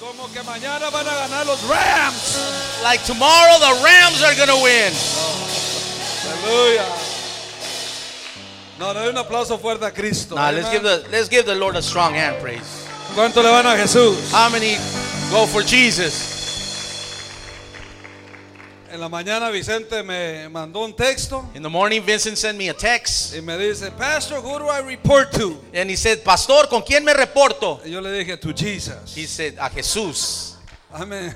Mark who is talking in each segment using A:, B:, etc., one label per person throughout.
A: Como que mañana van a ganar los Rams.
B: Like tomorrow, the Rams are going to win.
A: Aleluya. No, dale un aplauso fuerte a Cristo.
B: Now, let's
A: Amen.
B: give, the, let's give the Lord a strong hand praise.
A: ¿Cuánto le van a Jesús?
B: How many go for Jesus?
A: En la mañana Vicente me mandó un texto
B: In the morning, Vincent sent me a text
A: y me dice, Pastor, who do I report to?
B: and he said, Pastor, ¿con quién me reporto?
A: Y yo le dije, to Jesus.
B: He said, A Jesús.
A: Amén.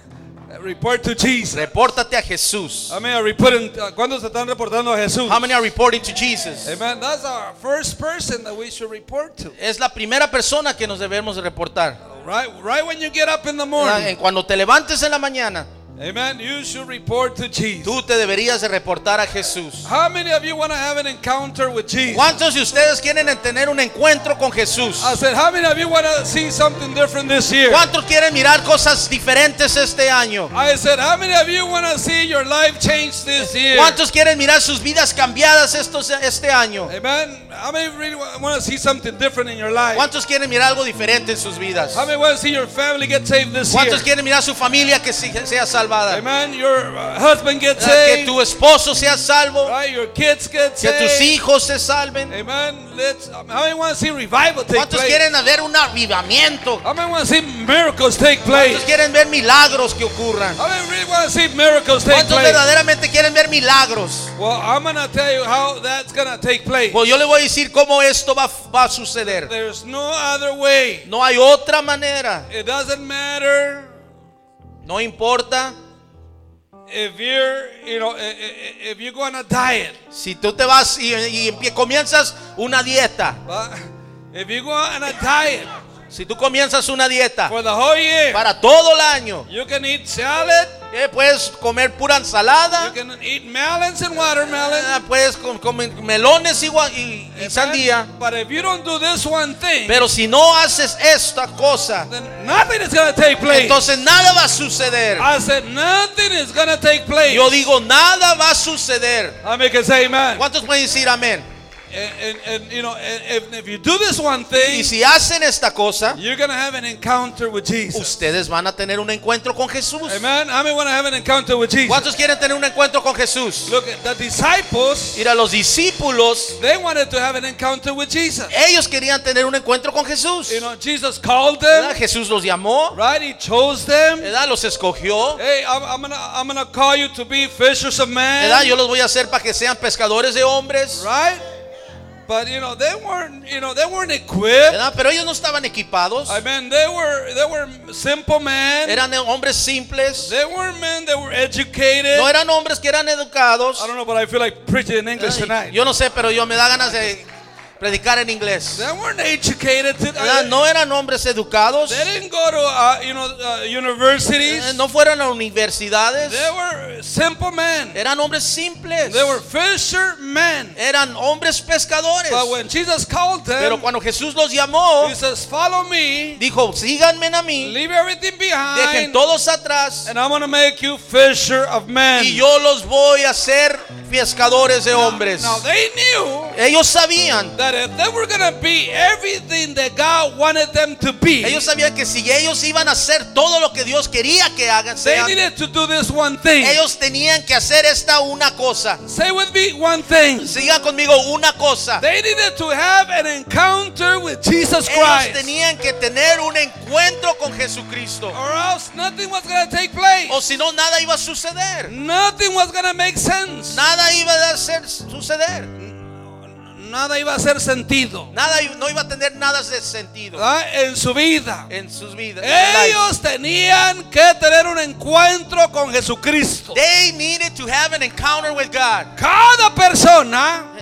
A: Report to Jesus.
B: Repórtate a Jesús.
A: Amén. I report in- ¿Cuándo se están reportando a Jesús?
B: How many are reporting to Jesus?
A: Amen. That's our first person that we should report to.
B: Es la primera persona que nos debemos de reportar.
A: Right, right when you get up in the
B: En
A: morning.
B: cuando te levantes en la mañana,
A: Amen. You should report to Jesus.
B: tú te deberías de reportar a Jesús.
A: How many of you want to have an encounter with Jesus?
B: ¿Cuántos de ustedes quieren tener un encuentro con Jesús?
A: I said, how many of you want to see something different this year?
B: ¿Cuántos quieren mirar cosas diferentes este año?
A: I said, how many of you want to see your life change this year?
B: ¿Cuántos quieren mirar sus vidas cambiadas estos, este año?
A: Amen. How many really want to see something different in your life?
B: ¿Cuántos quieren mirar algo diferente en sus vidas?
A: How many want to see your family get saved this year?
B: ¿Cuántos quieren mirar su familia que si- sea salvada?
A: Amen. Your uh, husband get
B: Que
A: saved.
B: tu esposo sea salvo,
A: Right? Your kids get
B: que tus
A: saved.
B: hijos se salven.
A: Amen. Let's. um, How many want to see revival take
B: ¿Cuántos
A: place?
B: quieren ver un avivamiento?
A: How many want to see miracles take
B: ¿Cuántos
A: place?
B: quieren ver milagros que ocurran?
A: How many really want to see miracles take
B: ¿Cuántos
A: place?
B: verdaderamente quieren ver milagros?
A: Well, I'm gonna tell you how that's gonna take place.
B: Pues yo le voy a decir cómo esto va, va a suceder.
A: There's no other way.
B: No hay otra manera.
A: It doesn't matter
B: No importa
A: if you're, you know, i- i- if you go on a diet.
B: si tú te vas y, y empie- comienzas una dieta.
A: But if you go on a diet
B: Si tú comienzas una dieta
A: for the whole year,
B: para todo el año,
A: you can eat salad,
B: eh, puedes comer pura
A: you
B: ensalada,
A: can eat melons and watermelon,
B: eh, puedes com- comer melones y, gua- y- y uh, sandía.
A: But if you don't do this one thing,
B: Pero si no haces esta cosa,
A: then nothing is going to take place.
B: entonces nada va a suceder.
A: I said, nothing is going to take place.
B: Yo digo, nada va a suceder.
A: I make it say amen.
B: ¿Cuántos pueden decir amén?
A: And, and, and, you know, and if, if you do this one
B: Y
A: thing,
B: si hacen esta cosa,
A: you're going to have an encounter with Jesus.
B: ustedes van a tener un encuentro con Jesús.
A: Amen. I mean, want to have an encounter with Jesus.
B: ¿Cuántos quieren tener un encuentro con Jesús?
A: Look at the disciples.
B: Mira, los discípulos,
A: They wanted to have an encounter with Jesus.
B: ellos querían tener un encuentro con Jesús.
A: You know, Jesus called them.
B: ¿Verdad? Jesús los llamó,
A: Right? He chose them.
B: ¿verdad? los escogió.
A: Hey, I'm, I'm gonna I'm gonna call you to be fishers of men.
B: ¿verdad? Yo los voy a hacer para que sean pescadores de hombres.
A: Right? But you know they weren't you know they weren't equipped.
B: ¿verdad? Pero ellos no estaban equipados.
A: I mean they were they were simple men.
B: Eran hombres simples.
A: They weren't men that were educated.
B: No eran hombres que eran educados.
A: I don't know, but I feel like preaching in English tonight.
B: Yo no sé, pero yo me da ganas de predicar en inglés.
A: They weren't educated. To,
B: ¿verdad? No eran hombres educados.
A: They didn't go to uh, you know uh,
B: Eh,
A: universities.
B: No fueron a universidades.
A: They were simple men.
B: Eran hombres simples.
A: They were fisher men.
B: Eran hombres pescadores.
A: But when Jesus called
B: Pero
A: them,
B: cuando Jesús los llamó,
A: He says, "Follow me."
B: dijo, síganme a mí,
A: Leave everything
B: dejen
A: behind.
B: todos atrás
A: And I'm going to make you fisher of men.
B: y yo los voy a hacer pescadores de hombres.
A: Now they knew
B: Ellos sabían,
A: that if they were going to be everything that God wanted them to be,
B: ellos sabían que si ellos iban a hacer todo lo que Dios quería que hagan,
A: they
B: sean,
A: needed to do this one thing.
B: ellos tenían que hacer esta una cosa.
A: Say with me one thing.
B: Sigan conmigo una cosa.
A: They needed to have an encounter with Jesus
B: Ellos
A: Christ.
B: tenían que tener un encuentro con Jesucristo.
A: Or else nothing was going to take place.
B: O si no, nada iba a suceder.
A: Nothing was going to make sense.
B: Nada iba a hacer suceder.
A: Nada iba a hacer sentido.
B: Nada, i- no iba a tener nada de sentido
A: ¿verdad? ¿Ah? En su vida.
B: en sus vidas.
A: Ellos tenían que tener un encuentro con Jesucristo.
B: They needed to have an encounter with God.
A: Cada persona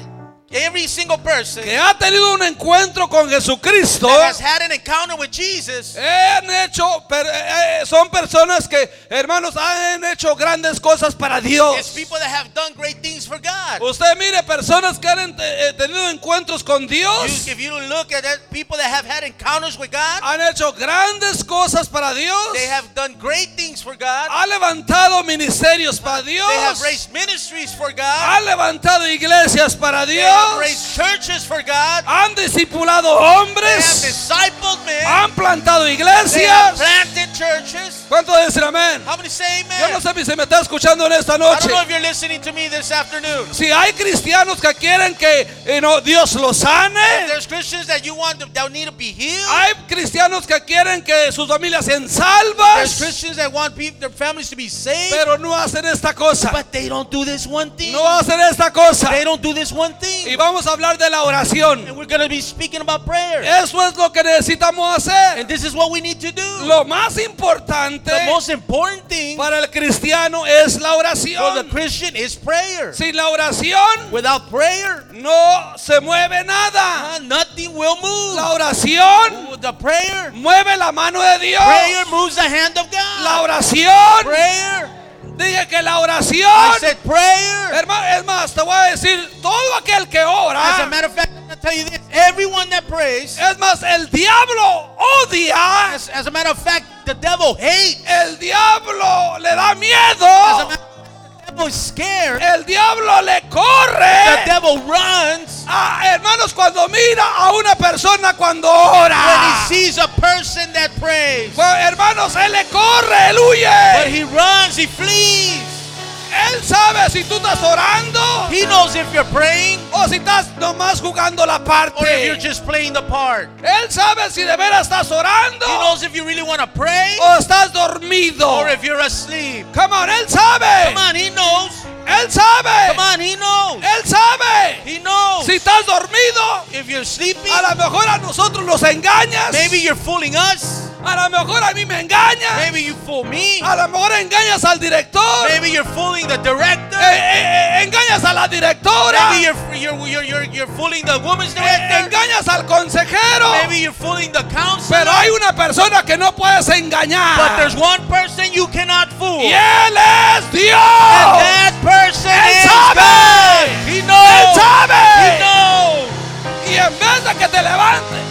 B: Every single person
A: que ha tenido un encuentro con Jesucristo
B: that has had an encounter with Jesus
A: han hecho per- eh, eh, son personas que hermanos han hecho grandes cosas para
B: is
A: Dios.
B: people that have done great things for God.
A: Usted mire personas que han ent- eh, tenido encuentros con Dios,
B: You- if you look at that, people that have had encounters with God,
A: han hecho grandes cosas para Dios,
B: they have done great things for God.
A: ha levantado ministerios para
B: They have
A: Dios,
B: raised ministries for God.
A: ha levantado iglesias para
B: They have
A: Dios,
B: raised churches for God.
A: han discipulado
B: They have
A: hombres,
B: discipled men.
A: han plantado
B: They have
A: iglesias.
B: planted churches.
A: ¿Cuántos dicen amén?
B: How many say amen?
A: Yo no sé si se me está escuchando en esta
B: I
A: noche.
B: don't know if you're listening to me this afternoon.
A: Si hay cristianos que quieren que eh, no, Dios los
B: If
A: sane,
B: there's Christians that you want to, that need to be healed.
A: hay cristianos que quieren que sus familias sean
B: there's
A: salvas,
B: Christians that want peop- their families to be saved.
A: pero no hacen esta cosa.
B: but they don't do this one thing.
A: No hacen esta cosa.
B: They don't do this one
A: Y
B: thing.
A: vamos a hablar de la oración.
B: And we're going to be speaking about prayer.
A: Eso es lo que necesitamos hacer.
B: And this is what we need to do.
A: Lo más importante
B: the most important thing
A: para el cristiano es la
B: for the
A: oración.
B: Christian is prayer.
A: Sin la oración
B: Without prayer,
A: no se mueve nada.
B: uh, nothing will move.
A: La oración
B: With the prayer,
A: mueve la mano de Dios.
B: prayer moves the hand of
A: La
B: God.
A: oración.
B: Prayer.
A: Dije que la
B: I
A: oración.
B: said prayer.
A: Hermano, es más, te voy a decir, todo aquel que
B: As a
A: ora.
B: matter of fact, I'm going to tell you this. Everyone that prays,
A: Es más, el diablo odia.
B: as, as a matter of fact, the devil hates.
A: El diablo le da
B: As a
A: miedo.
B: matter of fact, the devil is scared.
A: El diablo le
B: The
A: corre.
B: devil runs
A: Ah, hermanos, cuando mira a una persona cuando
B: when he
A: ora.
B: sees a person that prays.
A: Bueno, hermanos, él le corre, él
B: But
A: huye.
B: he runs, he flees.
A: Él sabe si tú estás orando
B: He knows if you're praying
A: o si estás nomás jugando la
B: or if you're
A: parte.
B: just playing the part.
A: Él sabe si de veras estás orando
B: He knows if you really want to pray
A: o estás dormido.
B: or if you're asleep.
A: Come on, él sabe.
B: Come on, he knows.
A: Él sabe.
B: Come on, he knows.
A: Él sabe.
B: He knows.
A: Si estás dormido,
B: If you're sleeping,
A: a lo mejor a nosotros nos engañas.
B: maybe you're fooling us.
A: A lo mejor a mí me engañas.
B: Maybe you fool me.
A: A lo mejor engañas al director.
B: Maybe you're fooling the director.
A: Eh, eh, eh, engañas a la directora.
B: Maybe you're, you're, you're, you're, you're fooling the woman's
A: Eh,
B: director.
A: engañas al consejero.
B: Maybe you're fooling the counselor.
A: Pero hay una persona que no puedes
B: But
A: engañar.
B: there's one person you cannot fool.
A: Y él es Dios.
B: And that person
A: Él
B: is
A: sabe.
B: God. Oh! He
A: Él
B: knows. He
A: sabe.
B: knows.
A: Y en vez de que te levantes,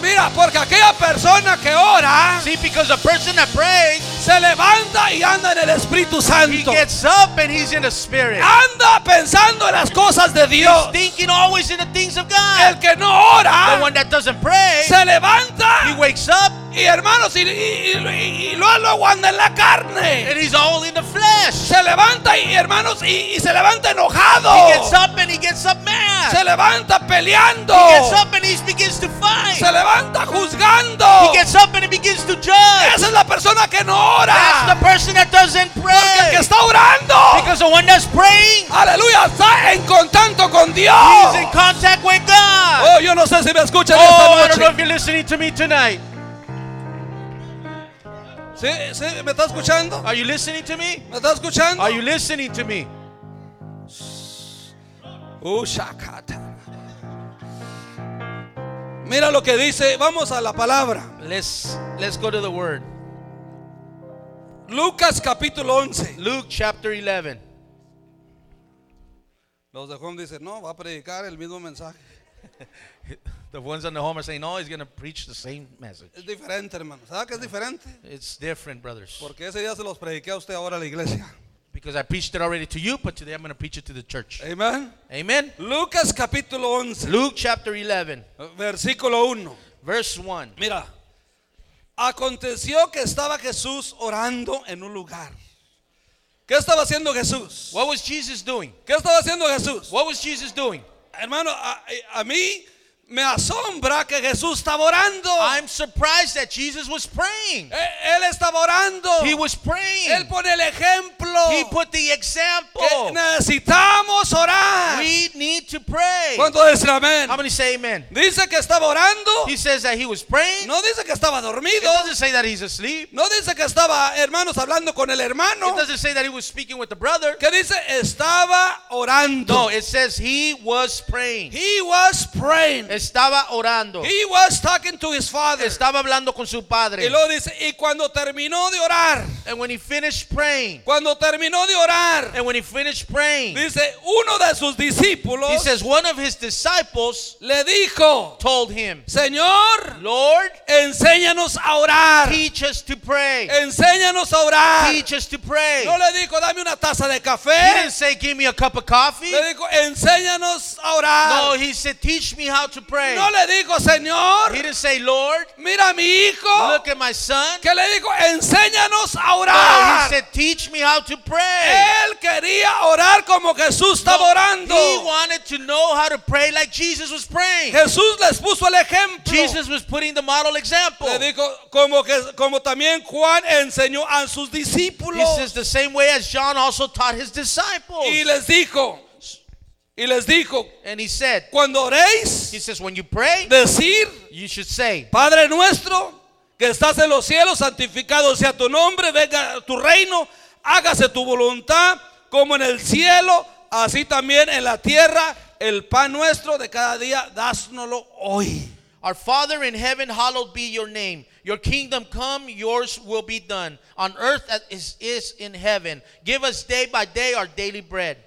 A: mira, porque aquella persona que ora
B: See, because the person that prays,
A: se levanta y anda en el Espíritu
B: he
A: Santo.
B: gets up and he's in the spirit.
A: Ah, Anda pensando en las cosas de
B: He's
A: Dios.
B: thinking always in the things of
A: El
B: God.
A: que no
B: The
A: ora
B: one that doesn't pray,
A: Ah. se levanta
B: he wakes up
A: y hermanos y, y, y- y luego luego anda en la carne.
B: and he's all in the flesh.
A: Se levanta y hermanos y, y se levanta enojado.
B: He gets up and he gets up mad.
A: Se levanta peleando.
B: He gets up and he begins
A: Se
B: to
A: Oh.
B: fight.
A: levanta juzgando.
B: He gets up and he begins to judge.
A: Esa es la persona que no
B: That's the
A: ora.
B: person that doesn't
A: El que
B: pray.
A: está orando.
B: Because the one that's praying,
A: Aleluya, está en contacto con Dios.
B: he's in contact with God.
A: Oh, yo no sé si me escuchan
B: Oh, I
A: esta
B: don't know
A: noche.
B: if you're listening to me tonight.
A: ¿Sí? ¿Sí? ¿Me está escuchando?
B: Are you listening to me?
A: ¿Me está escuchando?
B: Are you listening to me?
A: Oh, Ushakata. Mira lo que dice, vamos a la palabra.
B: Let's let's go to the word.
A: Lucas capítulo 11.
B: Luke chapter 11.
A: Los de Home dicen, no, va a predicar el mismo mensaje.
B: The ones on the home are saying, "No, he's going to preach the same message."
A: Es diferente, hermano. ¿Sabe que es diferente?
B: It's different, brothers.
A: Porque ese día se los prediqué a usted ahora a la iglesia.
B: Because I preached it already to you, but today I'm going to preach it to the church.
A: Amén.
B: Amen.
A: Lucas capítulo 11,
B: Luke chapter 11,
A: versículo 1.
B: verse 1.
A: Mira, aconteció que estaba Jesús orando en un lugar. ¿Qué estaba haciendo Jesús?
B: What was Jesus doing?
A: ¿Qué estaba haciendo Jesús?
B: What was Jesus doing?
A: Hermano, a, a mí me asombra que Jesús estaba orando.
B: I'm surprised that Jesus was praying.
A: Eh, Él estaba orando.
B: He was praying.
A: Él pone el ejemplo.
B: He put the
A: que
B: example.
A: necesitamos orar.
B: We need to pray.
A: ¿Cuánto dicen amén?
B: How many say amen?
A: Dice que estaba orando.
B: He says that he was praying.
A: No dice que estaba
B: It
A: dormido.
B: doesn't say that he's asleep.
A: No dice que estaba, hermanos, hablando con el hermano.
B: It doesn't say that he was speaking with the brother.
A: Que dice estaba
B: No,
A: orando.
B: it says he was praying.
A: He was praying.
B: Estaba orando.
A: He was talking to his father.
B: Estaba hablando con su
A: Y
B: padre.
A: luego dice, y cuando terminó de orar,
B: And when he finished praying,
A: cuando terminó de orar,
B: And when he finished praying,
A: dice, uno de sus discípulos
B: he says one of his disciples
A: le dijo,
B: told him,
A: Señor,
B: Lord,
A: enséñanos a orar.
B: teach us to pray.
A: Enséñanos a orar.
B: Teach us to pray.
A: No le dijo, dame una taza de
B: He didn't
A: café.
B: say, give me a cup of coffee.
A: Le dijo, enséñanos a orar.
B: No, he said, teach me how to pray.
A: No le dijo, Señor,
B: He didn't say, Lord,
A: mira a mi hijo.
B: look at my son.
A: Que le dijo, enséñanos a
B: No, he
A: orar.
B: said, teach me how to pray.
A: Él quería orar como Jesús
B: No,
A: estaba orando.
B: He wanted to know how to pray like Jesus was praying.
A: Jesús les puso el ejemplo.
B: Jesus was putting the model example.
A: Le dijo, como, que, como también Juan enseñó a sus
B: He
A: discípulos.
B: says the same way as John also taught his disciples.
A: Y les dijo, y les dijo,
B: And he said,
A: cuando oréis,
B: he says, when you pray,
A: decir,
B: you should say,
A: Padre nuestro, que estás en los cielos, santificado sea tu nombre, venga tu reino, hágase tu voluntad, como en el cielo, así también en la tierra. El pan nuestro de cada día, dásnoslo hoy.
B: Our Father in heaven, hallowed be your name. Your kingdom come, yours will be done, on earth as is, is in heaven. Give us day by day our daily bread.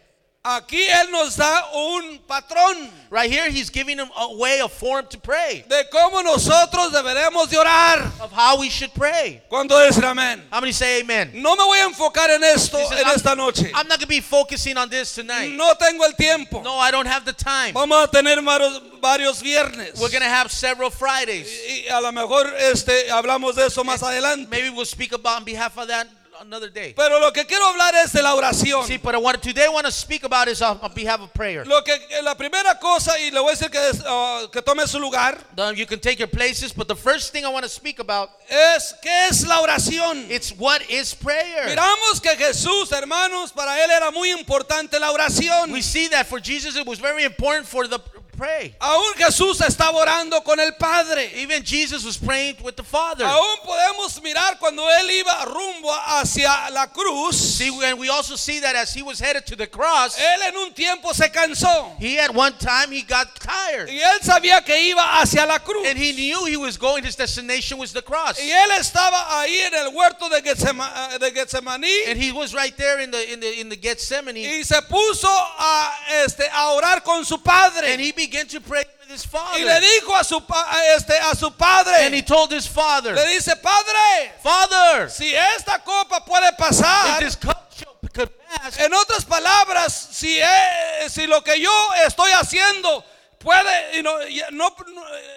A: Aquí Él nos da un patrón
B: Right here, he's giving them a way, a form to pray,
A: de cómo nosotros deberemos de orar.
B: of how we should pray.
A: Cuando dicen amén.
B: How many say amen?
A: No me voy a enfocar en esto
B: He says,
A: en
B: I'm-
A: esta noche.
B: I'm not going to be focusing on this tonight.
A: No tengo el tiempo.
B: No, I don't have the time.
A: Vamos a tener varios, varios viernes.
B: We're going to have several Fridays.
A: Y a lo mejor este, hablamos de eso más adelante.
B: Maybe we'll speak about on behalf of that another day.
A: Pero lo que quiero hablar es de la oración.
B: See, but I want today I want to speak about is on, on behalf of prayer.
A: Lo que eh, la primera cosa y le voy a decir que, es, ah, que tome su lugar
B: Then you can take your places, but the first thing I want to speak about
A: es qué es la oración.
B: it's what is prayer.
A: Miramos que Jesús, hermanos, para él era muy importante la oración.
B: We see that for Jesus it was very important for the pray.
A: Aún Jesús estaba orando con el Padre.
B: Even Jesus was praying with the Father.
A: Aún podemos mirar cuando él iba rumbo hacia la cruz.
B: See, and we also see that as he was headed to the cross,
A: Él en un tiempo se cansó
B: he at one time he got tired.
A: y él sabía que iba hacia la cruz.
B: And he knew he was going, his destination was the cross.
A: Y él estaba ahí en el huerto de, Getsema- eh, de Getsemaní
B: And he was right there in the in the in the Gethsemane.
A: y se puso a, este, a orar con su
B: And
A: padre.
B: he began to pray with his
A: Y le
B: father.
A: dijo a su, pa- a este, a su
B: And
A: padre,
B: he told his father,
A: le dice, Padre,
B: Father,
A: si esta copa puede
B: if
A: pasar,
B: this cup shall- could pass,
A: en otras palabras, si, eh, si lo que yo estoy haciendo puede, y no, y no-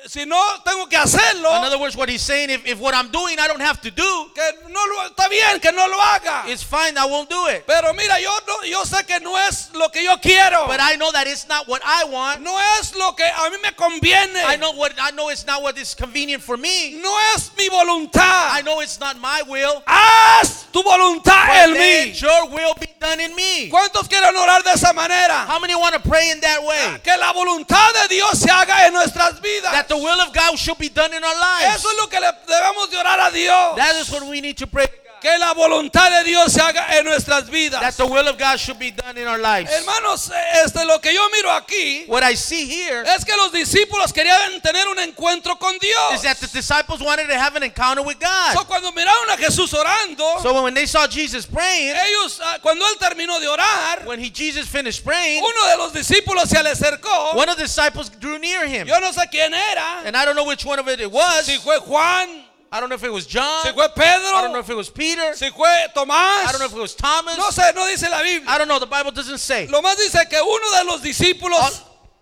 A: si no tengo que hacerlo,
B: In other words, what he's saying, if, if what I'm doing I don't have to do,
A: que no lo está bien que no lo haga
B: it's fine, I won't do it.
A: pero mira yo no yo sé que no es lo que yo quiero
B: But I know that it's not what I want.
A: no es lo que a mí me conviene
B: I know what I know it's not what is convenient for me.
A: no es mi
B: I
A: voluntad
B: know Pues it's not my will.
A: haz tu voluntad
B: But
A: en
B: let
A: mí
B: your will be done in me.
A: ¿cuántos quieren orar de esa manera?
B: How many want to pray in that way?
A: que la voluntad de Dios se haga en nuestras vidas
B: That the will of God should be done in our lives.
A: eso es lo que le debemos de orar a Dios
B: That is what we need to pray.
A: que la voluntad de Dios se haga en nuestras
B: That
A: vidas
B: the will of God should be done in our lives.
A: hermanos este lo que yo miro aquí
B: What I see here
A: es que los discípulos querían tener un encuentro con Dios
B: is that the disciples wanted to have an encounter with God.
A: So, cuando miraron a Jesús orando,
B: So when they saw Jesus praying,
A: ellos, ah, cuando él terminó de orar,
B: when he Jesus finished praying,
A: uno de los discípulos se le acercó.
B: One of the disciples drew near him.
A: Yo no sé quién era,
B: And I don't know which one of it it was.
A: si fue Juan,
B: I don't know if it was John.
A: si fue
B: I don't
A: Pedro,
B: know if it was Peter.
A: si fue
B: I
A: Tomás.
B: don't know if it was
A: No
B: Thomas.
A: sé, no dice la Biblia.
B: I don't know. The Bible doesn't say.
A: Lo más dice que uno de los discípulos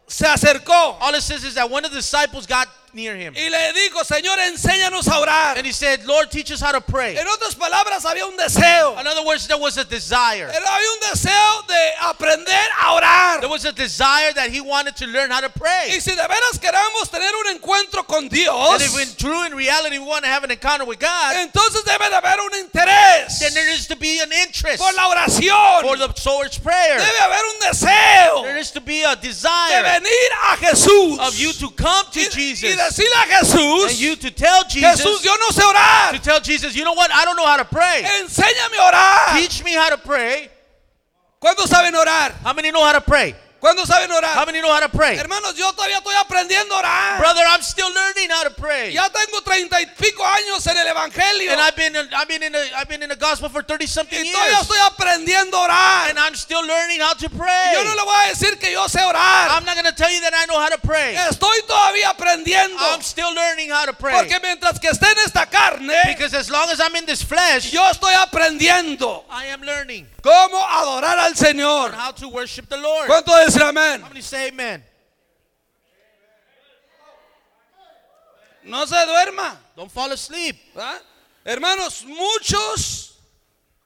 A: se acercó
B: All it says is that one of the disciples got near him.
A: y le dijo, Señor, enséñanos a orar.
B: And he said, Lord, teach us how to pray.
A: En otras palabras, había un deseo.
B: In other words, there was a desire.
A: Había un deseo de aprender a orar.
B: There was a desire that he wanted to learn how to pray.
A: Y si de veras queramos tener un encuentro con
B: And
A: Dios,
B: if in true in reality we want to have an encounter with God,
A: entonces debe de haber un interés
B: then there is to be an interest
A: por la oración.
B: for the soul's prayer.
A: Debe haber un deseo
B: There is to be a
A: de
B: desire
A: venir a Jesús
B: of you to come
A: y,
B: to
A: y
B: Jesus.
A: decirle a
B: and you
A: Jesús,
B: to tell
A: Jesús,
B: Jesus
A: yo no sé
B: to
A: orar.
B: tell Jesus, you know what? I don't know how to pray.
A: Enséñame a orar.
B: Teach me how to pray.
A: ¿Cuántos saben orar?
B: How many know how to pray?
A: ¿Cuándo saben
B: How
A: orar?
B: many know how to pray?
A: Hermanos, yo todavía estoy aprendiendo a orar.
B: Brother, I'm still learning how to pray.
A: Ya tengo treinta y pico años en el Evangelio.
B: And I've been I've been in the I've been in the gospel for 30 something
A: Y todavía
B: years.
A: estoy aprendiendo a orar.
B: And I'm still learning how to
A: Yo no
B: pray.
A: le voy a decir que yo sé orar.
B: I'm not going to tell you that I know how to pray.
A: Estoy todavía aprendiendo.
B: I'm still learning how to pray.
A: Porque mientras que esté en esta carne,
B: Because as long as I'm in this flesh,
A: yo estoy aprendiendo
B: I am learning
A: cómo adorar al Señor.
B: how to worship the Lord. How
A: ¿Cuánto dicen amén?
B: many say amen?
A: No se duerma.
B: Don't fall asleep.
A: ¿verdad? Hermanos, muchos,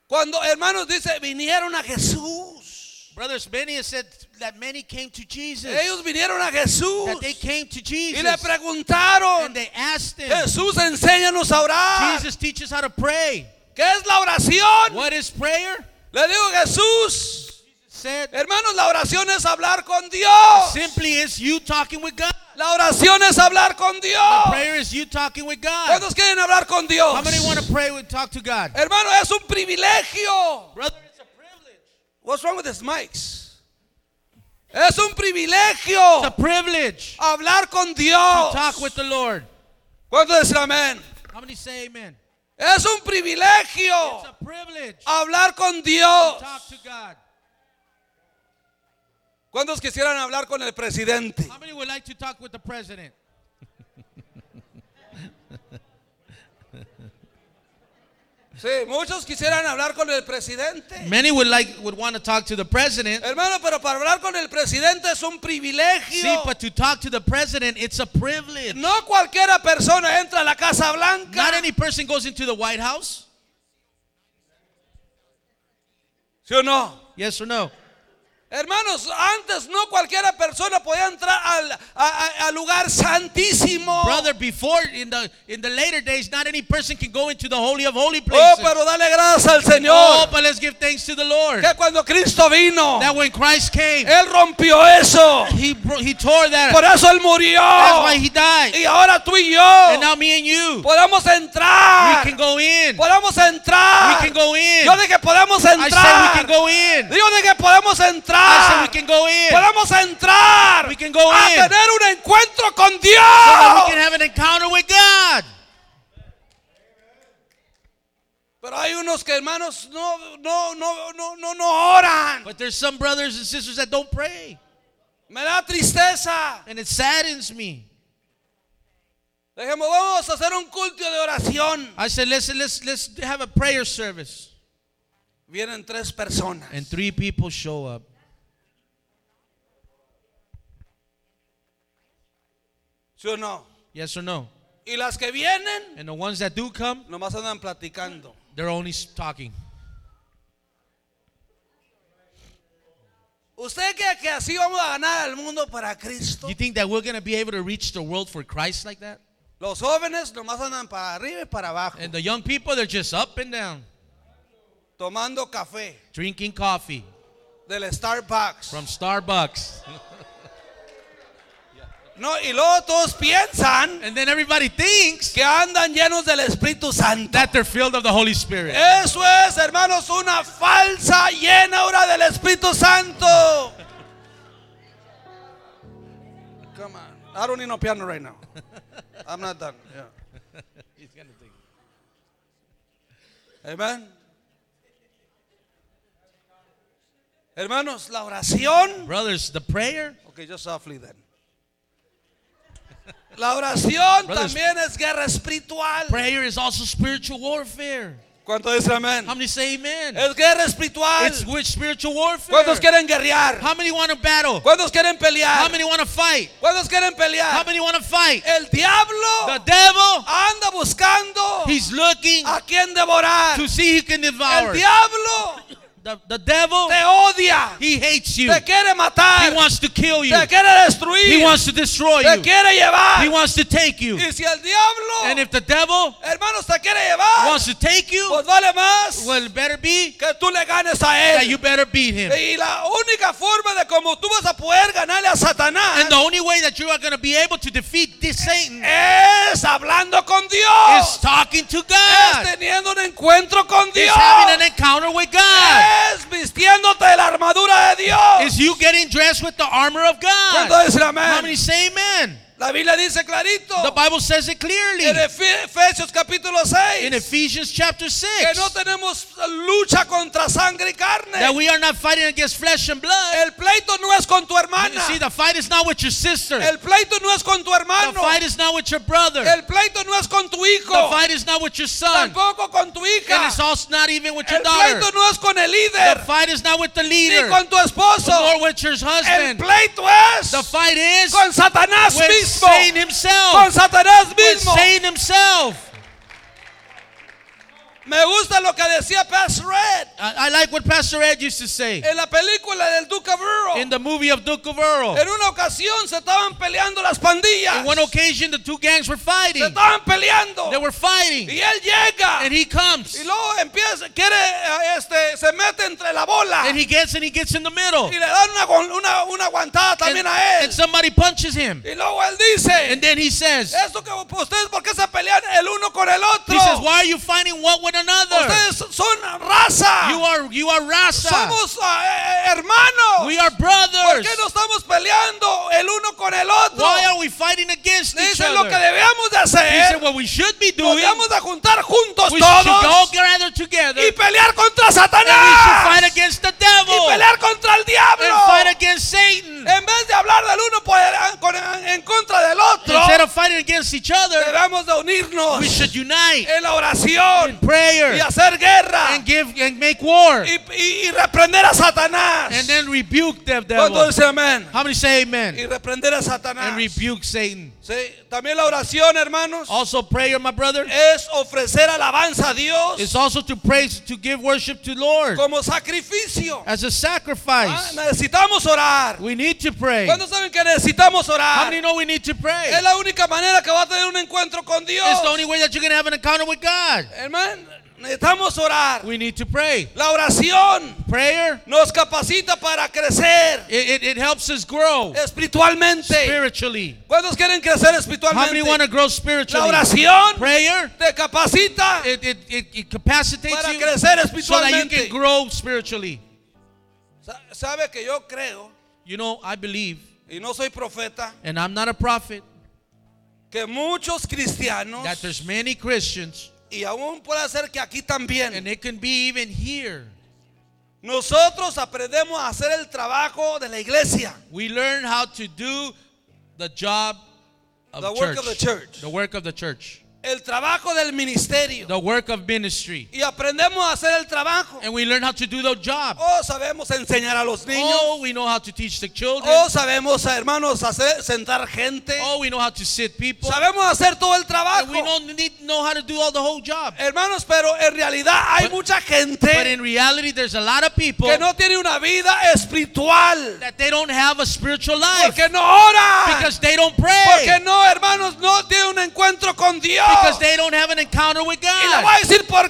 A: cuando hermanos dice, vinieron a Jesús.
B: Brothers, many have said that many came to Jesus.
A: Ellos vinieron a Jesús
B: That they came to
A: y le
B: Jesus.
A: preguntaron,
B: And they asked him,
A: Jesús, enséñanos a orar.
B: Jesus teaches how to pray.
A: ¿Qué es la oración?
B: What is prayer?
A: Le digo Jesús.
B: Said
A: Hermanos, la oración es hablar con Dios.
B: simply is you talking with God.
A: La oración es hablar con Dios.
B: Prayer is you talking with God.
A: ¿Cuántos quieren hablar con Dios?
B: How many want to pray and talk to God?
A: Hermano, es un privilegio.
B: Brother, it's a privilege.
A: What's wrong with these mics? Es un privilegio
B: It's a privilege
A: hablar con
B: to
A: Dios.
B: talk with the Lord.
A: ¿Cuántos dicen amén?
B: How many say amen?
A: Es un privilegio
B: It's a privilege to
A: hablar con Dios.
B: talk to God.
A: ¿Cuántos quisieran hablar con el presidente?
B: How many would like to talk with the president?
A: Sí, muchos quisieran hablar con el presidente.
B: Many would like would want to talk to the president.
A: Hermano, pero para hablar con el presidente es un
B: See,
A: privilegio.
B: but to talk to the president, it's a privilege.
A: No cualquiera persona entra a la Casa Blanca.
B: Not any person goes into the White House.
A: ¿Sí o no?
B: Yes or no?
A: Hermanos, antes no cualquiera persona podía entrar al, a- a- al lugar santísimo.
B: Brother, before in the in the later days, not any person can go into the holy of holy
A: oh,
B: places.
A: pero dale gracias al
B: Oh,
A: Señor.
B: but let's give thanks to the Lord
A: que cuando Cristo vino,
B: that when Christ came,
A: Él rompió eso.
B: he bro- he tore that.
A: Por eso Él murió.
B: That's why he died.
A: Y ahora tú y yo
B: And now me and you, we
A: podamos entrar.
B: can go in. We
A: Podamos entrar.
B: can go in.
A: Yo dije podemos
B: I said we
A: entrar.
B: can go in.
A: Yo dije podemos
B: I said we
A: entrar.
B: can go in. So
A: Podemos entrar
B: We can go
A: a
B: in.
A: tener un encuentro con
B: that we
A: Dios.
B: can have an encounter with God.
A: Pero hay unos que hermanos no no no no no no oran.
B: But there's some brothers and sisters that don't pray.
A: Me da tristeza.
B: And it saddens me.
A: Dejemos vamos a hacer un culto de oración.
B: I said, listen, let's let's have a prayer service.
A: Vienen tres personas.
B: And three people show up.
A: ¿Sí o no?
B: Yes or no?
A: Y las que vienen
B: And the ones that do come,
A: nomás andan platicando.
B: they're only s- talking.
A: ¿Usted cree que así vamos a ganar al mundo para Cristo?
B: You think that we're gonna be able to reach the world for Christ like that?
A: Los jóvenes nomás andan para arriba y para abajo,
B: And the young people, they're just up and down,
A: tomando café
B: drinking coffee
A: del Starbucks.
B: from Starbucks.
A: No, y luego todos piensan
B: And then everybody thinks
A: que andan llenos del Espíritu Santo.
B: that they're filled of the Holy Spirit.
A: Eso es, hermanos, una falsa llena ahora del Espíritu Santo. Come on. I don't need no piano right now. I'm not done. Yeah. Amen. Hermanos, la oración.
B: Brothers, the prayer,
A: Okay, just softly then. La oración
B: Brothers.
A: también es guerra espiritual.
B: prayer is also spiritual warfare.
A: ¿Cuánto dice amén?
B: How many say amen?
A: Es guerra espiritual.
B: It's with spiritual
A: ¿Cuántos
B: warfare.
A: quieren guerrear?
B: How many want to battle?
A: ¿Cuántos quieren pelear?
B: How many want to fight?
A: ¿Cuántos quieren pelear?
B: How many want to fight?
A: El diablo
B: The devil,
A: anda buscando
B: he's looking
A: a quien devorar.
B: to see who can
A: El
B: devour.
A: diablo
B: The, the devil,
A: te odia,
B: he hates you.
A: te quiere
B: He
A: matar,
B: wants to kill you.
A: te quiere
B: He
A: destruir,
B: wants to destroy
A: te
B: you.
A: quiere
B: He
A: llevar.
B: wants to take you.
A: Y si el diablo,
B: And if the devil
A: hermanos, te quiere llevar,
B: wants to take you,
A: pues vale más
B: well, it better be
A: que tú le ganes a
B: that you
A: él.
B: better beat him.
A: Y la única forma de cómo tú vas a poder ganarle a Satanás
B: And the only way that you are going to be able to defeat this Satan
A: es hablando con
B: is
A: Dios.
B: talking to
A: es
B: God.
A: teniendo un encuentro con
B: Is
A: Dios.
B: having an encounter with God.
A: Es vistiéndote de la armadura de Dios.
B: Is It's you getting dressed with the armor of
A: ¿Cuánto
B: God.
A: dicen
B: How many
A: amén?
B: say amen?
A: La Biblia dice clarito
B: The Bible says it
A: en
B: clearly
A: Efe- Efesios capítulo 6
B: in Ephesians chapter
A: que no
B: 6
A: tenemos lucha contra sangre y
B: that
A: carne.
B: we are not fighting against flesh and blood.
A: El pleito no es con tu
B: You
A: hermana.
B: see, the fight is not with your sister, the
A: El pleito no es con tu hermano.
B: fight is not with your brother, the
A: El pleito no es con tu hijo.
B: fight is not with your son, and
A: Tampoco con tu hija.
B: it's also not even with your
A: El
B: daughter.
A: pleito no es con el
B: The
A: líder
B: fight is not with the
A: ni
B: leader
A: con tu esposo.
B: or with your
A: El
B: husband.
A: pleito
B: The
A: es
B: fight is
A: con Satanás
B: with
A: mismo.
B: Satan
A: Con
B: himself.
A: Satanás
B: With
A: mismo.
B: Satan himself.
A: Me gusta lo que decía Pastor Red
B: I, I like what Pastor Ed used to say
A: en la película del Duke of Earl.
B: in the movie of Duke of Earl.
A: En una ocasión se estaban peleando las pandillas.
B: On one occasion, the two gangs were
A: Se
B: fighting.
A: estaban peleando.
B: They were fighting,
A: Y él llega.
B: and he comes,
A: Y luego empieza, quiere, eh, este, se mete entre la bola.
B: and he gets, and he gets in the middle,
A: Y le dan una, gon- una, una aguantada
B: and,
A: también a él.
B: and somebody punches him,
A: Y luego él dice,
B: and then he says,
A: esto que ustedes, ¿por qué se pelean el uno con el otro?
B: he says, why are you fighting one with another?
A: ustedes son raza.
B: You are, you are Rasa.
A: Somos ah, eh, eh, hermanos.
B: We are
A: ¿Por
B: brothers.
A: qué no estamos peleando el uno con el otro?
B: Why are we fighting against each
A: Dice lo que
B: other?
A: debemos de
B: He said,
A: hacer.
B: what we should be
A: Nos
B: doing,
A: debemos de juntar juntos
B: we should all
A: todos
B: gather together,
A: y
B: and
A: pelear contra
B: we should
A: Satanás.
B: fight against
A: Y
B: the devil, and
A: pelear contra el diablo.
B: fight against Satan.
A: En vez de hablar del uno por el- con- eh, en contra del otro,
B: Instead of fighting against each other,
A: debemos de unirnos
B: we should unite
A: en la
B: in
A: oración y
B: prayer.
A: hacer guerra
B: and give and make war
A: y, y- y reprender a Satanás.
B: and then rebuke them
A: ¿Cuánto
B: devil.
A: dice amén?
B: How many say amen?
A: Y reprender a
B: And
A: Satanás.
B: rebuke Satan.
A: Sí, También la oración, hermanos,
B: Also prayer, my brother,
A: es ofrecer alabanza a Dios
B: is also to praise to give worship to Lord
A: como sacrificio.
B: as a
A: Ah,
B: sacrifice.
A: Necesitamos orar.
B: We need to pray.
A: ¿Cuántos saben que necesitamos
B: How
A: orar?
B: many know we need to pray?
A: Es la única manera que va a tener un encuentro con Dios.
B: It's the only way that you're gonna have an encounter with God.
A: Hermano, necesitamos orar.
B: We need to pray.
A: La oración
B: Prayer
A: nos capacita para crecer
B: it, it, it helps us grow
A: espiritualmente.
B: spiritually.
A: ¿Cuántos quieren crecer
B: How many want
A: espiritualmente?
B: to grow
A: La
B: spiritually?
A: oración
B: Prayer
A: te capacita
B: it, it, it, it capacitates
A: para
B: you
A: crecer
B: so that you
A: espiritualmente.
B: can grow spiritually.
A: Sa- Sabe que yo creo,
B: You know, I believe,
A: y no soy profeta,
B: and I'm not a prophet,
A: que muchos cristianos,
B: that there's many Christians,
A: y aún puede ser que aquí
B: and
A: también,
B: it can be even here.
A: nosotros aprendemos a hacer el trabajo de la iglesia.
B: We learn how to do the job of
A: The work of the church.
B: The work of the church.
A: el trabajo del ministerio
B: The work of ministry.
A: y aprendemos a hacer el trabajo.
B: And we learn how to do the job.
A: O sabemos enseñar a los niños.
B: Oh, we know how to teach the children.
A: O sabemos, hermanos, hacer sentar gente.
B: Oh, we know how to sit people.
A: Sabemos hacer todo el
B: And
A: trabajo.
B: we don't need know how to do all the whole job.
A: Hermanos, pero en realidad hay
B: But-
A: mucha
B: But
A: gente
B: in reality, there's a lot of people
A: que no tiene una vida espiritual.
B: that they don't have a spiritual life
A: Porque no ora.
B: because they don't pray.
A: Porque no, hermanos, no tiene un encuentro con Dios.
B: Because they don't have an encounter with
A: Y le
B: God.
A: voy a decir por
B: And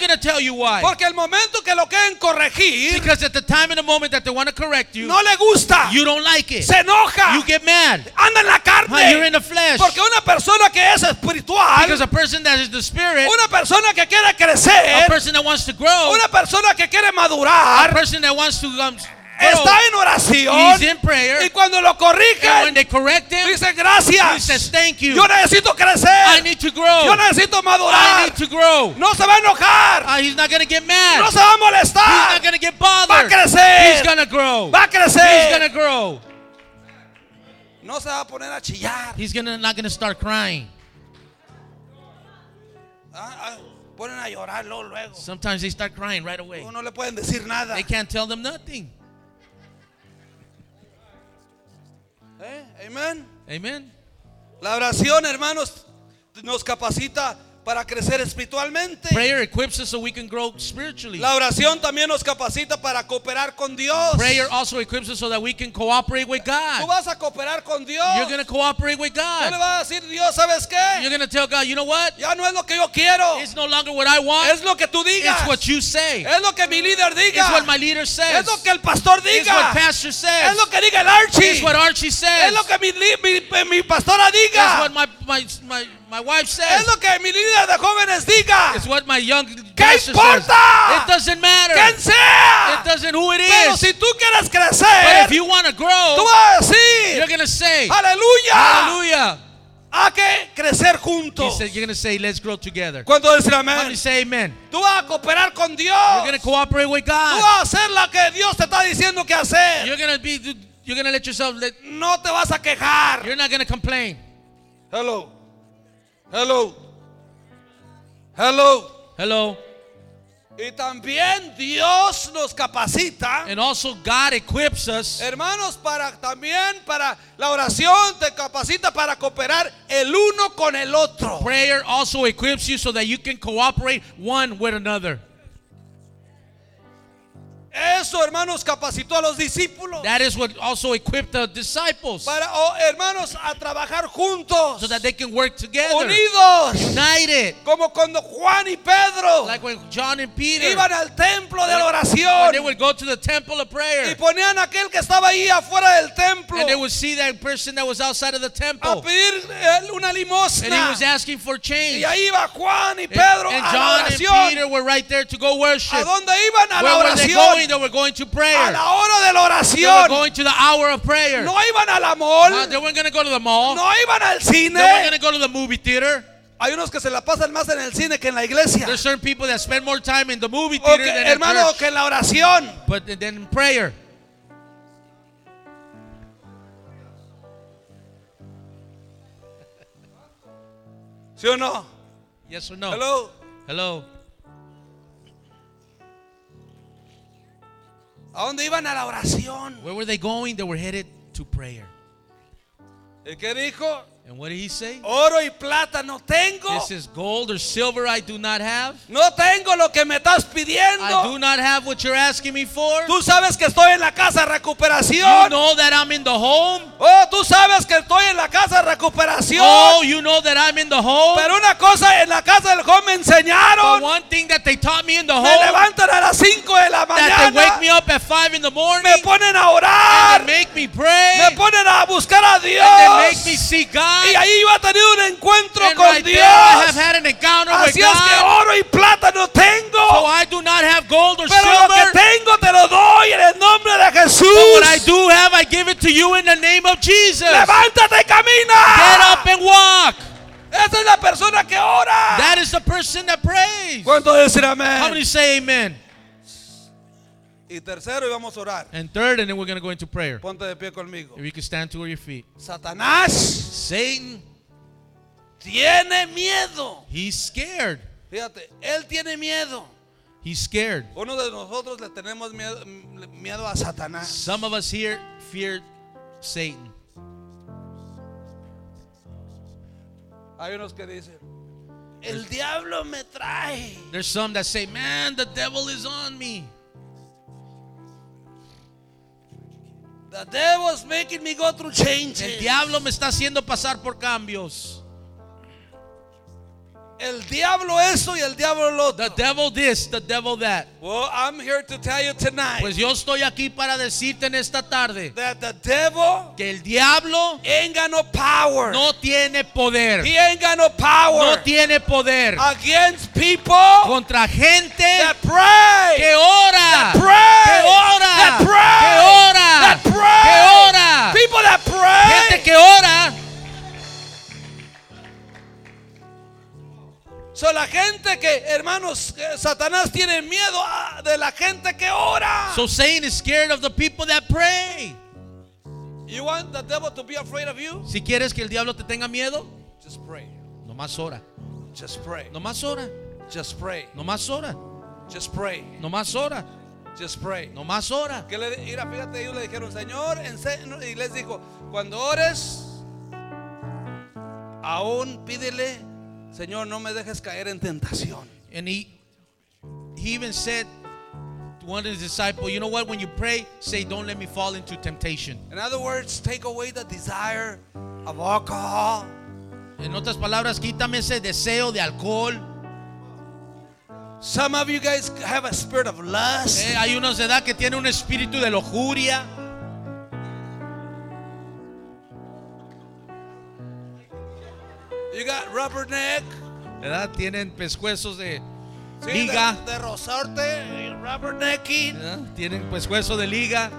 A: qué.
B: going to tell you why.
A: Porque el momento que lo quieren corregir,
B: Because at the time and the moment that they want to correct you,
A: no le gusta.
B: you don't like it.
A: Se enoja.
B: You get mad.
A: Anda en la
B: Huh,
A: carne.
B: You're in the flesh.
A: Porque una persona que es
B: Because
A: espiritual,
B: a person that is the spirit,
A: una persona que quiere
B: a
A: crecer,
B: person that wants to grow,
A: una persona que quiere
B: a
A: madurar,
B: person that wants to um,
A: está
B: grow,
A: en oración
B: he's in prayer.
A: y cuando lo
B: And when
A: corrigen,
B: they correct him,
A: dice
B: he says,
A: gracias.
B: Thank you.
A: Yo necesito
B: I
A: crecer.
B: need to grow.
A: Yo necesito
B: I
A: madurar.
B: need to grow.
A: No se va a enojar.
B: Uh, he's not going to get
A: No
B: mad.
A: se va a
B: He's not
A: molestar.
B: going to get
A: Va a
B: bothered. He's
A: crecer.
B: going to grow.
A: Va a
B: He's going
A: crecer.
B: to grow.
A: No se va a poner a chillar.
B: He's gonna not going to start crying.
A: Ah, ah, Ponen a llorar luego, luego.
B: Sometimes they start crying right away.
A: No le pueden decir nada.
B: They can't tell them nothing.
A: ¿Eh? Amén.
B: Amen.
A: La oración, hermanos, nos capacita para crecer espiritualmente.
B: Prayer equips us so we can grow spiritually.
A: La oración también nos capacita para cooperar con Dios.
B: Prayer also equips us so that we can cooperate with
A: Tú
B: God.
A: vas a cooperar con Dios.
B: You're going to cooperate with
A: Tú le
B: God.
A: vas a decir, Dios, ¿sabes
B: You're
A: qué?
B: going to tell God, you know what?
A: Ya no es lo que yo quiero.
B: It's no longer what I want.
A: Es lo que tú digas.
B: It's what you say.
A: Es lo que mi líder
B: It's what my
A: diga.
B: leader
A: Es
B: says.
A: lo que el pastor
B: It's what
A: diga.
B: pastor
A: Es
B: says.
A: lo que diga el Archie.
B: It's what Archie
A: Es
B: says.
A: lo que mi, li- mi- mi pastora
B: That's what
A: diga.
B: my, my, my, my wife
A: Es
B: says.
A: lo que mi líder de jóvenes diga.
B: It's what my young pastor says.
A: importa?
B: It doesn't matter.
A: ¡Quien
B: It
A: sea!
B: doesn't who it
A: Pero
B: is.
A: si tú quieres
B: But if
A: crecer,
B: you want to
A: tú
B: grow,
A: vas a
B: you're
A: decir,
B: going to say,
A: aleluya,
B: Hallelujah.
A: hay que crecer
B: He
A: juntos.
B: said, you're going to say, let's grow together.
A: ¿Cuánto dicen
B: How do you
A: amén?
B: say amen?
A: Tú vas a cooperar con Dios.
B: You're going to cooperate with
A: Tú
B: God.
A: vas a hacer lo que Dios te está diciendo que hacer.
B: You're going to be, you're going to let yourself, let,
A: No te vas a quejar.
B: you're not going to complain.
A: Hello. Hello. Hello.
B: Hello.
A: Y también Dios nos capacita.
B: And also God equips us.
A: Hermanos, para también para la oración te capacita para cooperar el uno con el otro.
B: Prayer also equips you so that you can cooperate one with another.
A: Eso, hermanos, capacitó a los discípulos
B: That is what also equipped the disciples
A: para, oh, hermanos, a trabajar juntos,
B: so that they can work together.
A: unidos,
B: United.
A: como cuando Juan y Pedro
B: Like when John and Peter,
A: iban al templo de la
B: when they
A: oración
B: would go to the temple of
A: y
B: prayer.
A: ponían a aquel que estaba ahí afuera del templo
B: And they would see that person that was outside of the
A: a
B: temple.
A: pedir eh, una
B: And he
A: limosna.
B: was asking for change.
A: Y ahí iba Juan y
B: And,
A: Pedro
B: and
A: a la
B: John and Peter
A: oración.
B: were right there to go
A: ¿A
B: worship.
A: dónde iban? A la
B: Where were they
A: oración.
B: going? They were going to
A: a
B: prayer.
A: la hora de la
B: They were
A: oración.
B: going to the hour of prayer.
A: No iban al mall,
B: Uh, they weren't going to go to the mall.
A: no iban al
B: They weren't going
A: cine.
B: to go to the movie theater.
A: Hay unos que se la pasan más en el cine que en la iglesia.
B: There's certain people that spend more time in the movie
A: O
B: theater
A: que,
B: than at
A: hermano,
B: church,
A: que en la oración.
B: but then in prayer.
A: ¿Sí o no?
B: Yes or no?
A: Hello.
B: Hello.
A: ¿A dónde iban a la oración?
B: Where were they going? They were headed to prayer.
A: ¿Y qué dijo?
B: And what did he say?
A: Oro y plata Oh, no tengo.
B: This is gold or silver I do not have.
A: No tengo lo que me estás
B: I do
A: pidiendo.
B: not have what you're asking me for.
A: Tú sabes que estoy en la casa de
B: You
A: recuperación.
B: know that I'm in the home.
A: Oh, tú sabes que estoy en la casa de recuperación.
B: Oh, you know that I'm in the home.
A: Pero una cosa en la casa del joven me
B: But
A: enseñaron.
B: one thing that they taught me in the
A: Me
B: home
A: levantan a las 5 de la
B: that they wake
A: mañana.
B: me up at five in the morning
A: Me ponen a
B: and
A: orar.
B: they make me pray
A: Me ponen a buscar a
B: and they make me
A: Dios.
B: see God.
A: Y ahí yo he tenido un encuentro
B: And
A: con
B: right there I have
A: Dios.
B: had an encounter with
A: Así es que
B: God.
A: oro y plata no
B: So
A: tengo.
B: I do not have gold or
A: Pero lo que
B: silver.
A: tengo te lo doy en el nombre de
B: But what I
A: Jesús.
B: do have, I give it to you in the name of Jesus. Get
A: Levántate y
B: up
A: camina.
B: and walk.
A: Esa es la persona que ora.
B: That is the person that prays.
A: ¿Cuánto decir
B: How many
A: amén?
B: say amen?
A: Y tercero, y vamos a orar.
B: And third, and then we're going to go into prayer.
A: Ponte de pie conmigo.
B: If you can stand to your feet.
A: Satanás
B: Satan,
A: tiene miedo.
B: he's scared.
A: Fíjate, él tiene miedo.
B: He's scared.
A: Uno de nosotros le tenemos miedo, miedo a Satanás.
B: Some of us here fear Satan.
A: Hay unos que dicen, el diablo me trae.
B: There's some that say, man, the devil is on me.
A: The devil's making me go through
B: El
A: changes.
B: diablo me está haciendo pasar por cambios.
A: El diablo eso y el diablo lo
B: The
A: otro.
B: devil this, the devil that.
A: Well, I'm here to tell you tonight
B: Pues yo estoy aquí para decirte en esta tarde
A: that the devil
B: que el diablo
A: ain't got no power.
B: no tiene poder.
A: He ain't got no power
B: No tiene poder
A: against people
B: contra gente
A: that pray.
B: que ora.
A: pray.
B: Que ora.
A: That pray.
B: Que ora.
A: That pray.
B: Que ora.
A: People that pray.
B: Gente que ora.
A: So, la gente que, hermanos, eh, Satanás tiene miedo a- de la gente que ora.
B: So Satan is scared of the people that pray.
A: you want the devil to be afraid of you?
B: Si quieres que el diablo te tenga miedo,
A: Just pray.
B: nomás ora.
A: Just pray.
B: Nomás ora.
A: Just pray.
B: Nomás ora.
A: Just pray.
B: Nomás ora.
A: Just pray.
B: Nomás ora.
A: Que le, mira, fíjate, ellos le dijeron, Señor, ense- no", y les dijo, cuando ores, aún pídele, Señor, no me dejes caer en tentación.
B: And he he even said to one of his disciples, you know what, when you pray, say, Don't let me fall into temptation.
A: In other words, take away the desire of alcohol,
B: En otras palabras, quítame ese deseo de alcohol.
A: Some of you guys have a spirit of lust.
B: Eh, hay unos de edad que tienen un espíritu de lujuria.
A: You got rubberneck,
B: ¿verdad? Tienen pescuezos de
A: sí,
B: liga,
A: de, de rozarte, rubbernecking.
B: ¿verdad? Tienen pescuezo de liga.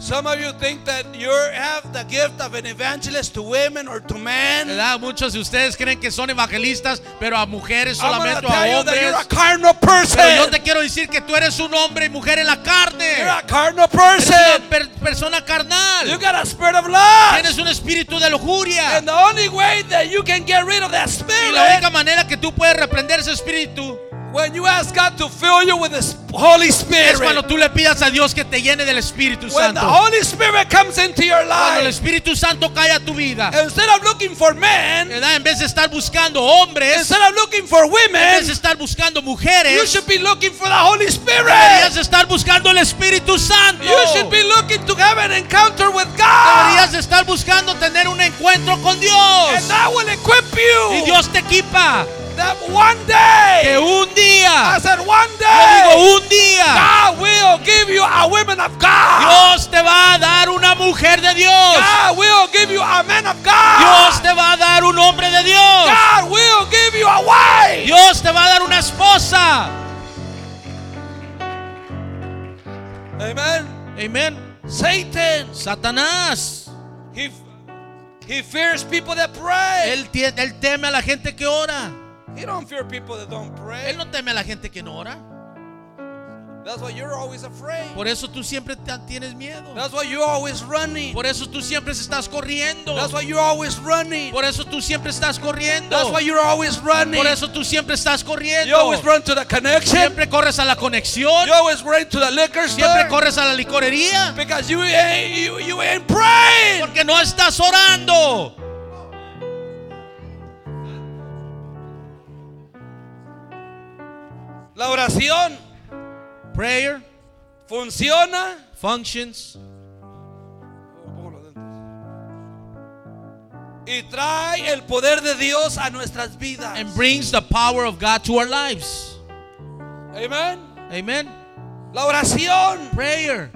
A: Some of you think that you have the gift of an evangelist to women or to men.
B: ¿verdad? Muchos de ustedes creen que son evangelistas, pero a mujeres
A: I'm gonna
B: solamente o
A: tell
B: a
A: you that
B: hombres.
A: you're a carnal person.
B: Pero yo te quiero decir que tú eres un hombre y mujer en la carne.
A: You're a carnal
B: Eres
A: person.
B: una per- persona
A: You
B: carnal.
A: got a spirit of lust.
B: Tienes un espíritu de lujuria.
A: And the only way that you can get rid of that
B: Y la única
A: spirit
B: manera que tú puedes reprender ese espíritu
A: when you ask God to fill you with His Holy
B: es
A: Spirit.
B: cuando tú le pidas a Dios que te llene del Espíritu
A: When the
B: Santo.
A: Holy Spirit comes into your
B: Cuando el
A: life,
B: Espíritu Santo cae a tu vida,
A: instead of looking for men,
B: ¿verdad? en vez de estar buscando hombres,
A: instead of looking for
B: en vez de
A: women,
B: estar buscando
A: you
B: mujeres,
A: should be looking for the Holy Spirit.
B: deberías estar buscando el Espíritu Santo.
A: You should be looking to have an encounter with God.
B: Deberías estar buscando tener un encuentro con
A: And
B: Dios.
A: that will equip
B: Y
A: you
B: Dios te equipa.
A: that one
B: Que
A: day,
B: un
A: I
B: día,
A: said one
B: yo
A: day,
B: digo un día,
A: God will give you a woman of God.
B: Dios te va a dar una mujer de Dios.
A: God will give you a man of
B: Dios
A: God.
B: te va a dar un hombre de Dios.
A: God will give you a wife.
B: Dios te va a dar una esposa.
A: Amen.
B: Amén.
A: Satan,
B: Satanás.
A: he, he fears people that pray.
B: Él, tie- él teme a la gente que ora.
A: He don't fear people that don't pray.
B: Él no teme a la gente que no ora.
A: That's why you're always afraid.
B: Por eso tú siempre te- tienes miedo.
A: That's why you're always running.
B: Por eso tú siempre estás corriendo.
A: That's why you're always running.
B: Por eso tú siempre estás corriendo.
A: That's why you're always running.
B: Por eso tú siempre estás
A: You
B: corriendo.
A: always run to the connection.
B: Siempre corres a la conexión.
A: You always run to the liquor
B: Siempre
A: store.
B: corres a la licorería.
A: Because you ain't, you, you ain't praying.
B: Porque no estás orando.
A: La oración
B: Prayer
A: funciona.
B: functions
A: Y trae el poder de Dios a nuestras vidas.
B: and brings the power of God to our lives.
A: Amén.
B: Amen.
A: La oración.
B: Prayer.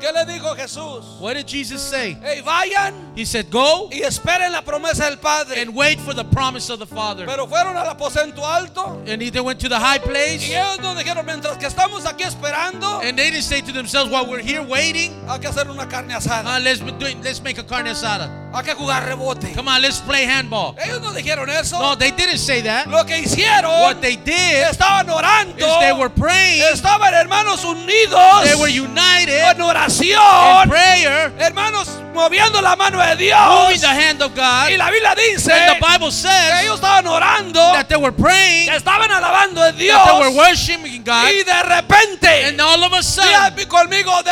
A: ¿Qué le dijo Jesús?
B: What did Jesus say?
A: Hey, vayan
B: He said, Go
A: y esperen la promesa del Padre.
B: and wait for the promise of the Father.
A: Pero fueron al aposento alto.
B: And he- they went to the high
A: Y
B: place.
A: ellos nos dijeron, mientras que estamos aquí esperando,
B: And they didn't say to themselves, While we're here waiting,
A: hay que hacer una carne asada.
B: uh, let's, be doing, let's make a carne asada.
A: Hay que jugar rebote.
B: Ah. Come on, let's play handball.
A: Ellos nos dijeron
B: No,
A: eso.
B: they didn't say that.
A: Lo que hicieron,
B: What they did
A: estaban orando.
B: is they were praying,
A: Estaban hermanos unidos
B: they were united
A: en
B: in
A: oración.
B: prayer,
A: Hermanos moviendo la mano de
B: moving the
A: Dios.
B: hand of God.
A: Y la Biblia dice
B: And the Bible
A: que
B: says
A: ellos estaban orando,
B: that they were praying,
A: que estaban alabando a
B: that they were
A: Dios.
B: worshiping God.
A: Y de repente,
B: And all of a
A: diga
B: sudden,
A: conmigo, de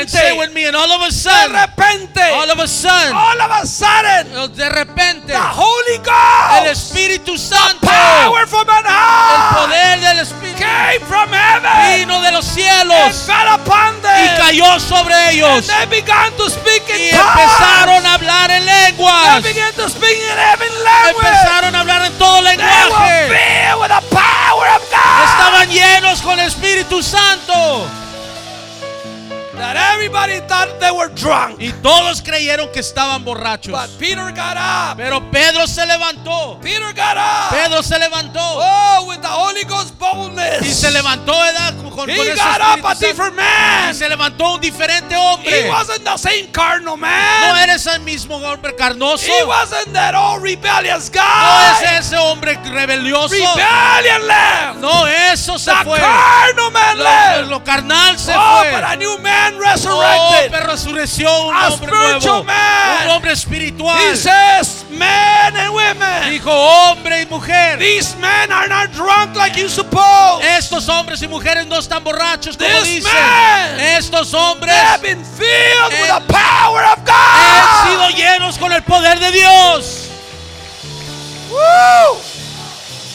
B: and say
A: repente,
B: with me, and all of a
A: de
B: sudden,
A: repente,
B: all of a sudden,
A: all of a sudden,
B: Eh, De repente,
A: the Holy
B: el
A: Ghost,
B: Espíritu Santo,
A: power from on
B: el
A: high,
B: poder del Espíritu,
A: came from heaven
B: vino de los
A: and
B: cielos
A: fell upon
B: y
A: them.
B: cayó sobre
A: And
B: ellos.
A: they began to speak
B: Y
A: in tongues.
B: empezaron a hablar en
A: They
B: lenguas.
A: began to speak in heaven language.
B: Empezaron a hablar en todo
A: They were
B: lenguaje.
A: filled with the power of God.
B: Estaban llenos con el Espíritu Santo.
A: That everybody thought they were drunk.
B: Y todos creyeron que estaban borrachos.
A: But Peter got up.
B: Pero Pedro se levantó.
A: Peter got up.
B: Pedro se levantó.
A: Oh, with the Holy Ghost
B: Y se
A: boldness.
B: levantó ¿verdad? con, con ese
A: He got up a
B: Espíritu Santo.
A: different
B: Y
A: man.
B: se levantó un diferente
A: He
B: hombre.
A: wasn't the same carnal
B: No
A: man.
B: eres el mismo hombre carnoso.
A: He wasn't that old rebellious
B: No
A: guy.
B: es ese hombre rebelioso.
A: Rebellion left.
B: No, eso se
A: The
B: fue.
A: carnal man
B: Lo,
A: left.
B: lo carnal se
A: Oh,
B: fue.
A: but a new man
B: Oh,
A: resurrected.
B: pero resurrección, un
A: A
B: hombre
A: spiritual
B: nuevo.
A: man.
B: Un hombre espiritual.
A: He says, men and women,
B: Dijo hombre y mujer.
A: these men are not drunk like you suppose.
B: Estos hombres y mujeres no están borrachos como
A: This
B: dicen.
A: man.
B: Estos
A: They
B: hombres
A: have been filled with the power of
B: han sido
A: God.
B: llenos con el poder de Dios.
A: Woo!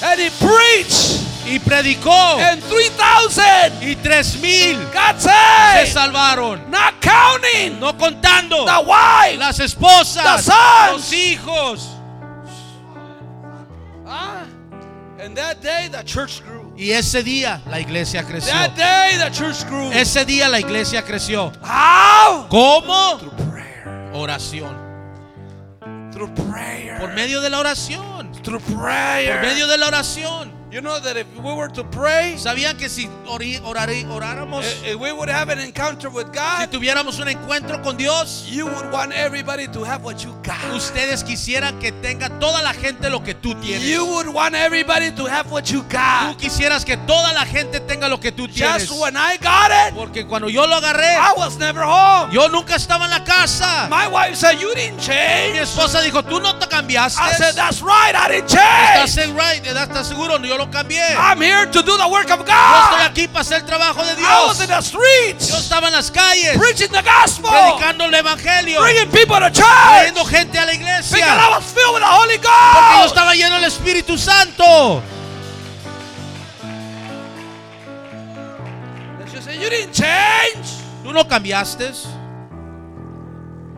A: And he preached,
B: Y predicó.
A: and 3,000
B: Y tres mil
A: got
B: se
A: saved,
B: salvaron.
A: not counting
B: No contando
A: the wife.
B: las esposas,
A: The sons.
B: los hijos.
A: Ah, And that day the church grew.
B: Y ese día la iglesia creció.
A: That day the church grew.
B: Ese día la iglesia creció.
A: How?
B: ¿Cómo?
A: Through prayer.
B: Oración.
A: Through
B: Por
A: prayer.
B: medio de la oración.
A: Through
B: Por medio
A: prayer.
B: de la oración.
A: You know that if we were to pray,
B: ¿Sabían que si ori- orari- oráramos,
A: eh, eh, we would have an encounter with
B: eh, si
A: God.
B: tuviéramos un encuentro con Dios,
A: You would want everybody to have what you got.
B: ustedes quisieran que tenga toda la gente lo que tú tienes?
A: You would want everybody to have what you
B: Tú
A: got.
B: quisieras que toda la gente tenga lo que tú tienes.
A: Just when I got it,
B: Porque cuando yo lo agarré,
A: I was never home.
B: yo nunca estaba en la casa.
A: My wife said, You didn't
B: Mi
A: change.
B: esposa dijo, tú no te cambiaste.
A: I said, That's right, I didn't
B: Estás
A: change.
B: en right, ¿verdad? estás seguro, yo lo cambié. Yo
A: I'm here to do the work of
B: estoy
A: God.
B: aquí para hacer el trabajo de
A: Ah. I was in
B: Dios.
A: the
B: Yo
A: streets
B: estaba en las calles,
A: preaching the gospel,
B: predicando el evangelio,
A: bringing people to
B: trayendo
A: church
B: gente a la
A: because I
B: iglesia.
A: was filled with the Holy
B: Porque yo
A: Ghost.
B: estaba lleno del Espíritu Santo.
A: And she said, You didn't change.
B: Tú no cambiaste.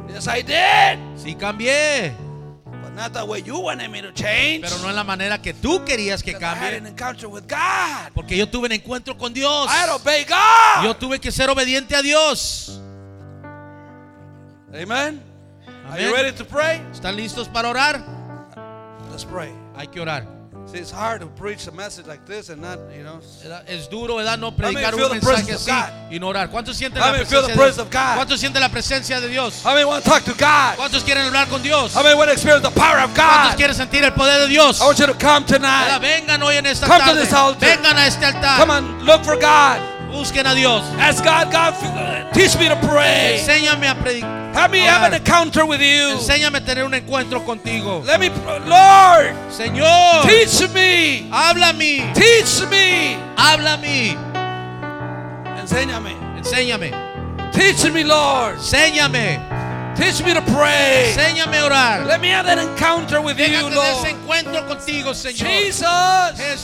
A: Yes, I did.
B: Sí cambié,
A: But not the way you wanted me to change.
B: pero no en la manera que tú querías que
A: Because I had an
B: cambie.
A: encounter with God.
B: Porque yo tuve un encuentro con Dios.
A: I had to obey God.
B: Yo tuve que ser obediente a Dios.
A: Amen. Are
B: Amen.
A: you ready to pray?
B: ¿Están listos para orar?
A: Let's pray.
B: Hay que orar.
A: See, it's hard to preach a message like this and not, you know.
B: ¿Verdad? Es duro, ¿verdad? No
A: many
B: predicar
A: feel
B: un
A: the
B: mensaje
A: presence
B: así
A: of
B: y no orar. ¿Cuántos sienten,
A: How
B: la
A: many feel
B: presencia
A: the
B: de-
A: presence of God?
B: ¿Cuántos sienten la presencia de Dios?
A: How many want to talk to God?
B: ¿Cuántos quieren hablar con Dios?
A: How many want to experience the power of
B: ¿Cuántos
A: God?
B: quieren sentir el poder de Dios?
A: I want you to come
B: ¿Verdad?
A: tonight.
B: Vengan hoy en esta
A: Come to this
B: tarde.
A: altar.
B: Vengan a este altar.
A: Come on, look for God.
B: Busquen a Dios.
A: Ask God, God, f- teach me to pray.
B: Enséñame a predicar.
A: Help me have an encounter with you.
B: Enséñame a tener un encuentro contigo.
A: Let me, pr- Lord,
B: Señor,
A: teach me.
B: háblame.
A: Teach me.
B: Háblame.
A: Enséñame.
B: Enséñame.
A: Teach me, Lord.
B: Enséñame.
A: Teach me to pray.
B: Enséñame a orar.
A: Let me have that encounter with you,
B: Vengan a tener ese
A: Lord.
B: encuentro contigo, Señor.
A: Jesus.